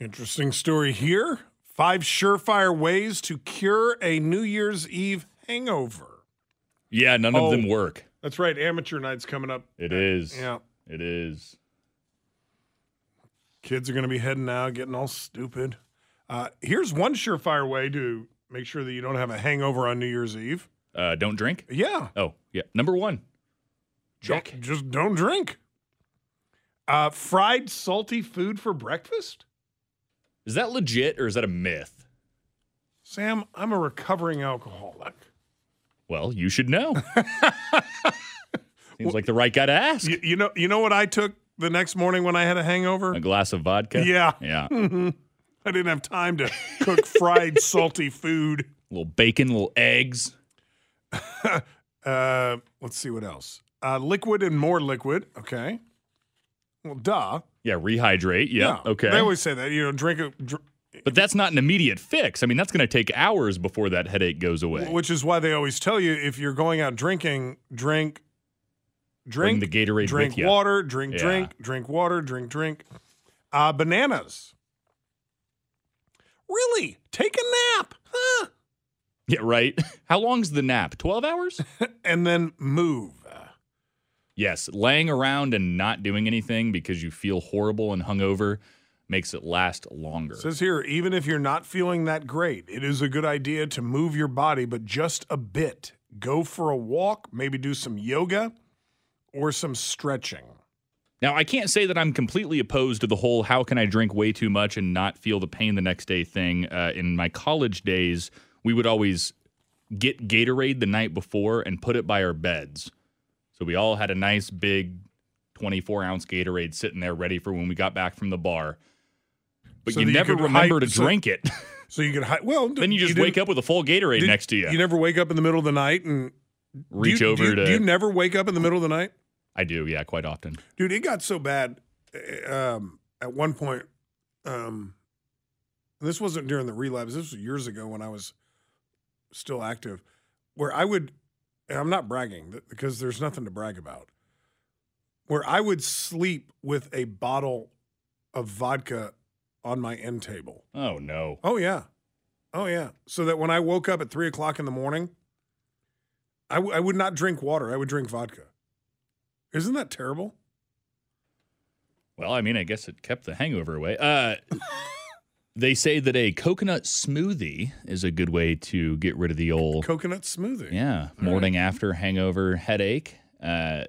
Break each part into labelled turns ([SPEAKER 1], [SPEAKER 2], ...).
[SPEAKER 1] Interesting story here. Five surefire ways to cure a New Year's Eve hangover.
[SPEAKER 2] Yeah, none
[SPEAKER 1] Oh.
[SPEAKER 2] of them work.
[SPEAKER 1] That's right. Amateur night's coming up.
[SPEAKER 2] It is.
[SPEAKER 1] Yeah.
[SPEAKER 2] It is.
[SPEAKER 1] Kids are going to be heading out, getting all stupid. Uh, here's one surefire way to make sure that you don't have a hangover on New Year's Eve.
[SPEAKER 2] Uh, don't drink.
[SPEAKER 1] Yeah.
[SPEAKER 2] Oh, yeah. Number one.
[SPEAKER 1] Don't-
[SPEAKER 2] Check.
[SPEAKER 1] just don't drink. Uh, fried salty food for breakfast?
[SPEAKER 2] Is that legit or is that a myth?
[SPEAKER 1] Sam, I'm a recovering alcoholic.
[SPEAKER 2] Well, you should know. Seems like the right guy to ask.
[SPEAKER 1] You, you know, you know what I took the next morning when I had a hangover?
[SPEAKER 2] a glass of vodka.
[SPEAKER 1] Yeah. Hmm.
[SPEAKER 2] Yeah.
[SPEAKER 1] I didn't have time to cook fried salty food.
[SPEAKER 2] little bacon, little eggs.
[SPEAKER 1] Uh, let's see what else. Uh, liquid and more liquid. Okay. Well, duh.
[SPEAKER 2] Yeah, rehydrate. Yeah. Okay.
[SPEAKER 1] They always say that. You know, drink a, dr-
[SPEAKER 2] but that's not an immediate fix. I mean, that's going to take hours before that headache goes away.
[SPEAKER 1] which is why they always tell you if you're going out drinking, drink, drink
[SPEAKER 2] the Gatorade
[SPEAKER 1] drink
[SPEAKER 2] with ya.
[SPEAKER 1] water, drink,
[SPEAKER 2] Yeah.
[SPEAKER 1] drink, drink water, drink, drink. Uh, bananas. Really? Take a nap, huh?
[SPEAKER 2] yeah, right. How long's the nap? 12 hours?
[SPEAKER 1] And then move.
[SPEAKER 2] yes, laying around and not doing anything because you feel horrible and hungover makes it last longer.
[SPEAKER 1] says here, even if you're not feeling that great, it is a good idea to move your body, but just a bit. Go for a walk, maybe do some yoga or some stretching.
[SPEAKER 2] Now, I can't say that I'm completely opposed to the whole how can I drink way too much and not feel the pain the next day thing. Uh, in my college days, we would always get Gatorade the night before and put it by our beds. So we all had a nice big 24 ounce Gatorade sitting there ready for when we got back from the bar. But
[SPEAKER 1] So
[SPEAKER 2] you
[SPEAKER 1] that you
[SPEAKER 2] never
[SPEAKER 1] could
[SPEAKER 2] remember
[SPEAKER 1] hype-
[SPEAKER 2] to
[SPEAKER 1] so-
[SPEAKER 2] drink it.
[SPEAKER 1] So you could, hi- well,
[SPEAKER 2] then you just wake up with a full Gatorade next to you.
[SPEAKER 1] You never wake up in the middle of the night and do
[SPEAKER 2] Reach
[SPEAKER 1] you- do
[SPEAKER 2] over
[SPEAKER 1] you-
[SPEAKER 2] to.
[SPEAKER 1] Do you never wake up in the middle of the night?
[SPEAKER 2] I do, yeah, quite often.
[SPEAKER 1] dude it got so bad uh, um, at one point um, this wasn't during the relapse this was years ago when i was still active where i would and i'm not bragging th- because there's nothing to brag about where i would sleep with a bottle of vodka on my end table
[SPEAKER 2] Oh, no.
[SPEAKER 1] oh yeah oh yeah so that when i woke up at three o'clock in the morning I w- I would not drink water i would drink vodka isn't that terrible
[SPEAKER 2] Well, I mean, I guess it kept the hangover away. Uh, they say that a coconut smoothie is a good way to get rid of the old,
[SPEAKER 1] coconut smoothie.
[SPEAKER 2] yeah, morning after hangover headache. Uh,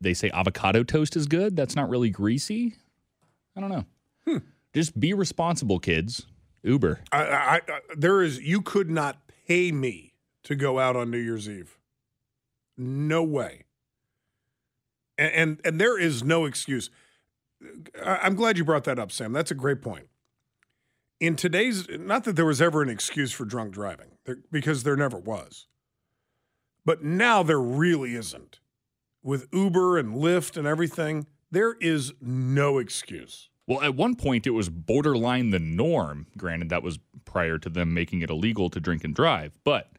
[SPEAKER 2] they say avocado toast is good. That's not really greasy. I don't know.
[SPEAKER 1] Hmm.
[SPEAKER 2] Just be responsible, kids. Uber.
[SPEAKER 1] I, I, I, there is. You could not pay me to go out on New Year's Eve. No way. And and, and there is no excuse. I, I'm glad you brought that up, Sam. That's a great point. In today's, not that there was ever an excuse for drunk driving, there, because there never was. But now there really isn't. With Uber and Lyft and everything, there is no excuse.
[SPEAKER 2] Well, at one point, it was borderline the norm. Granted, that was prior to them making it illegal to drink and drive. But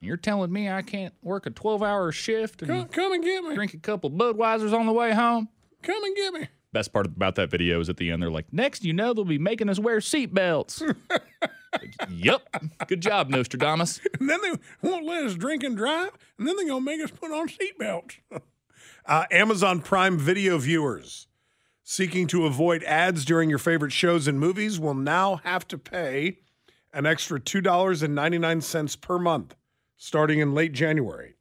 [SPEAKER 2] you're telling me I can't work a 12 hour shift and
[SPEAKER 1] Come, come and get me.
[SPEAKER 2] Mm. drink a couple Budweisers on the way home.
[SPEAKER 1] Come and get me.
[SPEAKER 2] Best part about that video is at the end, they're like, next, you know, they'll be making us wear seatbelts. Like, yep. Good job, Nostradamus.
[SPEAKER 1] And then they won't let us drink and drive, and then they're going to make us put on seatbelts. uh, Amazon Prime video viewers. seeking to avoid ads during your favorite shows and movies will now have to pay an extra $2.99 per month starting in late January.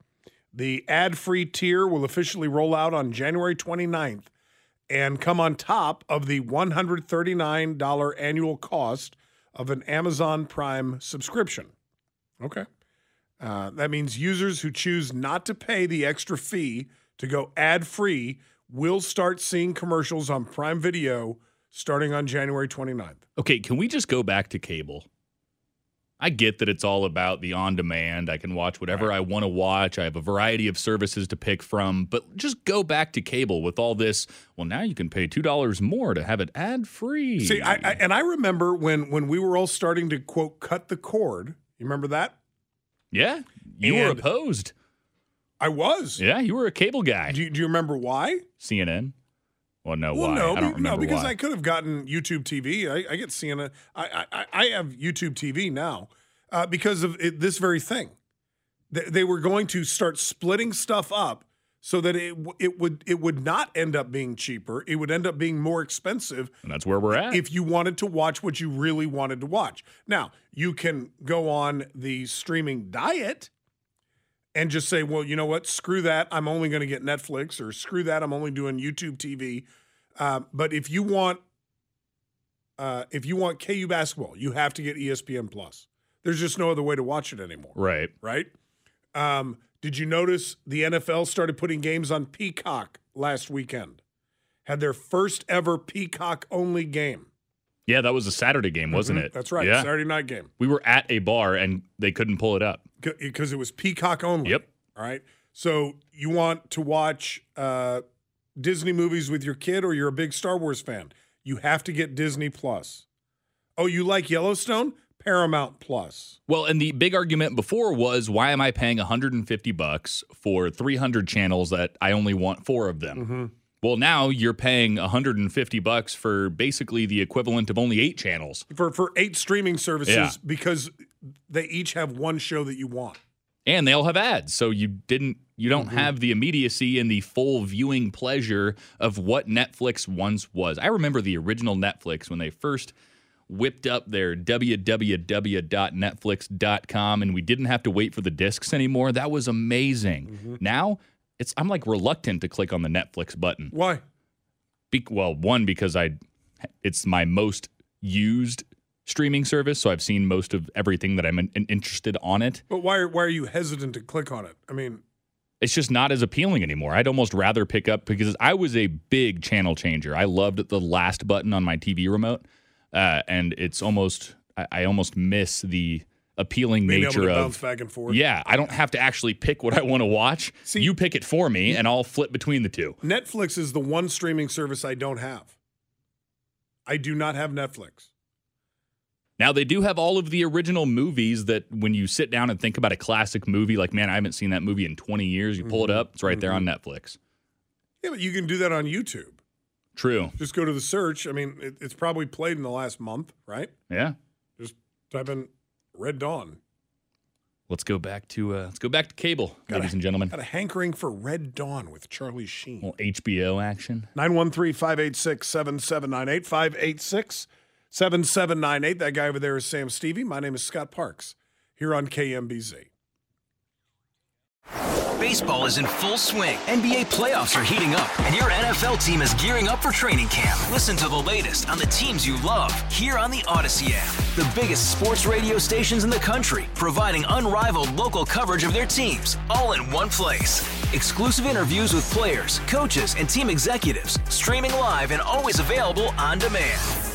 [SPEAKER 1] The ad free tier will officially roll out on January 29th and come on top of the $139 annual cost of an Amazon Prime subscription. Okay. Uh, that means users who choose not to pay the extra fee to go ad free will start seeing commercials on Prime Video starting on January 29th.
[SPEAKER 2] Okay, can we just go back to cable? I get that it's all about the on demand. I can watch whatever I want to watch. I have a variety of services to pick from, but just go back to cable with all this. Well, now you can pay $2 more to have it ad free.
[SPEAKER 1] See, I, I and I remember when when we were all starting to quote cut the cord. You remember that?
[SPEAKER 2] yeah, you were
[SPEAKER 1] And-
[SPEAKER 2] opposed.
[SPEAKER 1] I was.
[SPEAKER 2] Yeah, you were a cable guy.
[SPEAKER 1] Do you, do you remember why?
[SPEAKER 2] CNN? Well, no, why?
[SPEAKER 1] no,
[SPEAKER 2] I don't
[SPEAKER 1] be-
[SPEAKER 2] remember
[SPEAKER 1] no, because
[SPEAKER 2] why.
[SPEAKER 1] I could have gotten YouTube TV. I, I get CNN. I, I- I I have YouTube TV now uh, because of it, this very thing. They, they were going to start splitting stuff up so that it w- it would it would not end up being cheaper. It would end up being more expensive
[SPEAKER 2] and that's where we're at.
[SPEAKER 1] if you wanted to watch what you really wanted to watch. Now, you can go on the streaming diet and just say, well, you know what? Screw that. I'm only going to get Netflix or screw that. I'm only doing YouTube TV. Uh, but if you want, uh, if you want KU basketball, you have to get E ESPN Plus. There's just no other way to watch it anymore
[SPEAKER 2] right.
[SPEAKER 1] right? Um, did you notice the NFL started putting games on Peacock last weekend? Had their first ever Peacock only game.
[SPEAKER 2] Yeah, that was a Saturday game, Mm-hmm. wasn't it?
[SPEAKER 1] Mm-hmm. That's right,
[SPEAKER 2] Yeah.
[SPEAKER 1] Saturday night game
[SPEAKER 2] We were at a bar and they couldn't pull it up.
[SPEAKER 1] because it was Peacock only.
[SPEAKER 2] Yep.
[SPEAKER 1] All right. So you want to watch uh, Disney movies with your kid, or you're a big Star Wars fan? You have to get Disney Plus. Oh, you like Yellowstone? Paramount Plus.
[SPEAKER 2] Well, and the big argument before was why am I paying 150 bucks for 300 channels that I only want four of them? Well, now you're paying 150 bucks for basically the equivalent of only eight channels.
[SPEAKER 1] for for eight streaming services
[SPEAKER 2] Yeah.
[SPEAKER 1] because they each have one show that you want.
[SPEAKER 2] and they all have ads so you didn't you don't have the immediacy and the full viewing pleasure of what netflix once was i remember the original netflix when they first whipped up their www.netflix.com and we didn't have to wait for the discs anymore that was amazing now it's i'm like reluctant to click on the netflix button
[SPEAKER 1] Why?
[SPEAKER 2] Be- well one because i it's my most used streaming service so i've seen most of everything that i'm in- interested on it
[SPEAKER 1] But why are why are you hesitant to click on it? I mean,
[SPEAKER 2] it's just not as appealing anymore. I'd almost rather pick up because I was a big channel changer. I loved the last button on my TV remote, uh, and it's almost I, I almost miss the appealing
[SPEAKER 1] being able
[SPEAKER 2] nature
[SPEAKER 1] to bounce
[SPEAKER 2] of.
[SPEAKER 1] back and forth.
[SPEAKER 2] Yeah, I don't have to actually pick what I want to watch.
[SPEAKER 1] See-
[SPEAKER 2] you pick it for me, and I'll flip between the two.
[SPEAKER 1] Netflix is the one streaming service I don't have. I do not have Netflix.
[SPEAKER 2] Now they do have all of the original movies that when you sit down and think about a classic movie, like man, I haven't seen that movie in 20 years. You
[SPEAKER 1] Mm-hmm.
[SPEAKER 2] pull it up, it's right there on Netflix.
[SPEAKER 1] Yeah, but you can do that on YouTube.
[SPEAKER 2] True.
[SPEAKER 1] Just go to the search. I mean, it, it's probably played in the last month, right?
[SPEAKER 2] Yeah.
[SPEAKER 1] Just type in Red Dawn.
[SPEAKER 2] Let's go back to uh, let's go back to cable, ladies and gentlemen.
[SPEAKER 1] Got a hankering for Red Dawn with Charlie Sheen.
[SPEAKER 2] Well, HBO action.
[SPEAKER 1] 913 586 7798. 586 7798. That guy over there is Sam Stevie. My name is Scott Parks here on KMBZ.
[SPEAKER 3] Baseball is in full swing. NBA playoffs are heating up, and your NFL team is gearing up for training camp. Listen to the latest on the teams you love here on the Odyssey app. The biggest sports radio stations in the country, providing unrivaled local coverage of their teams, all in one place. Exclusive interviews with players, coaches, and team executives, streaming live and always available on demand.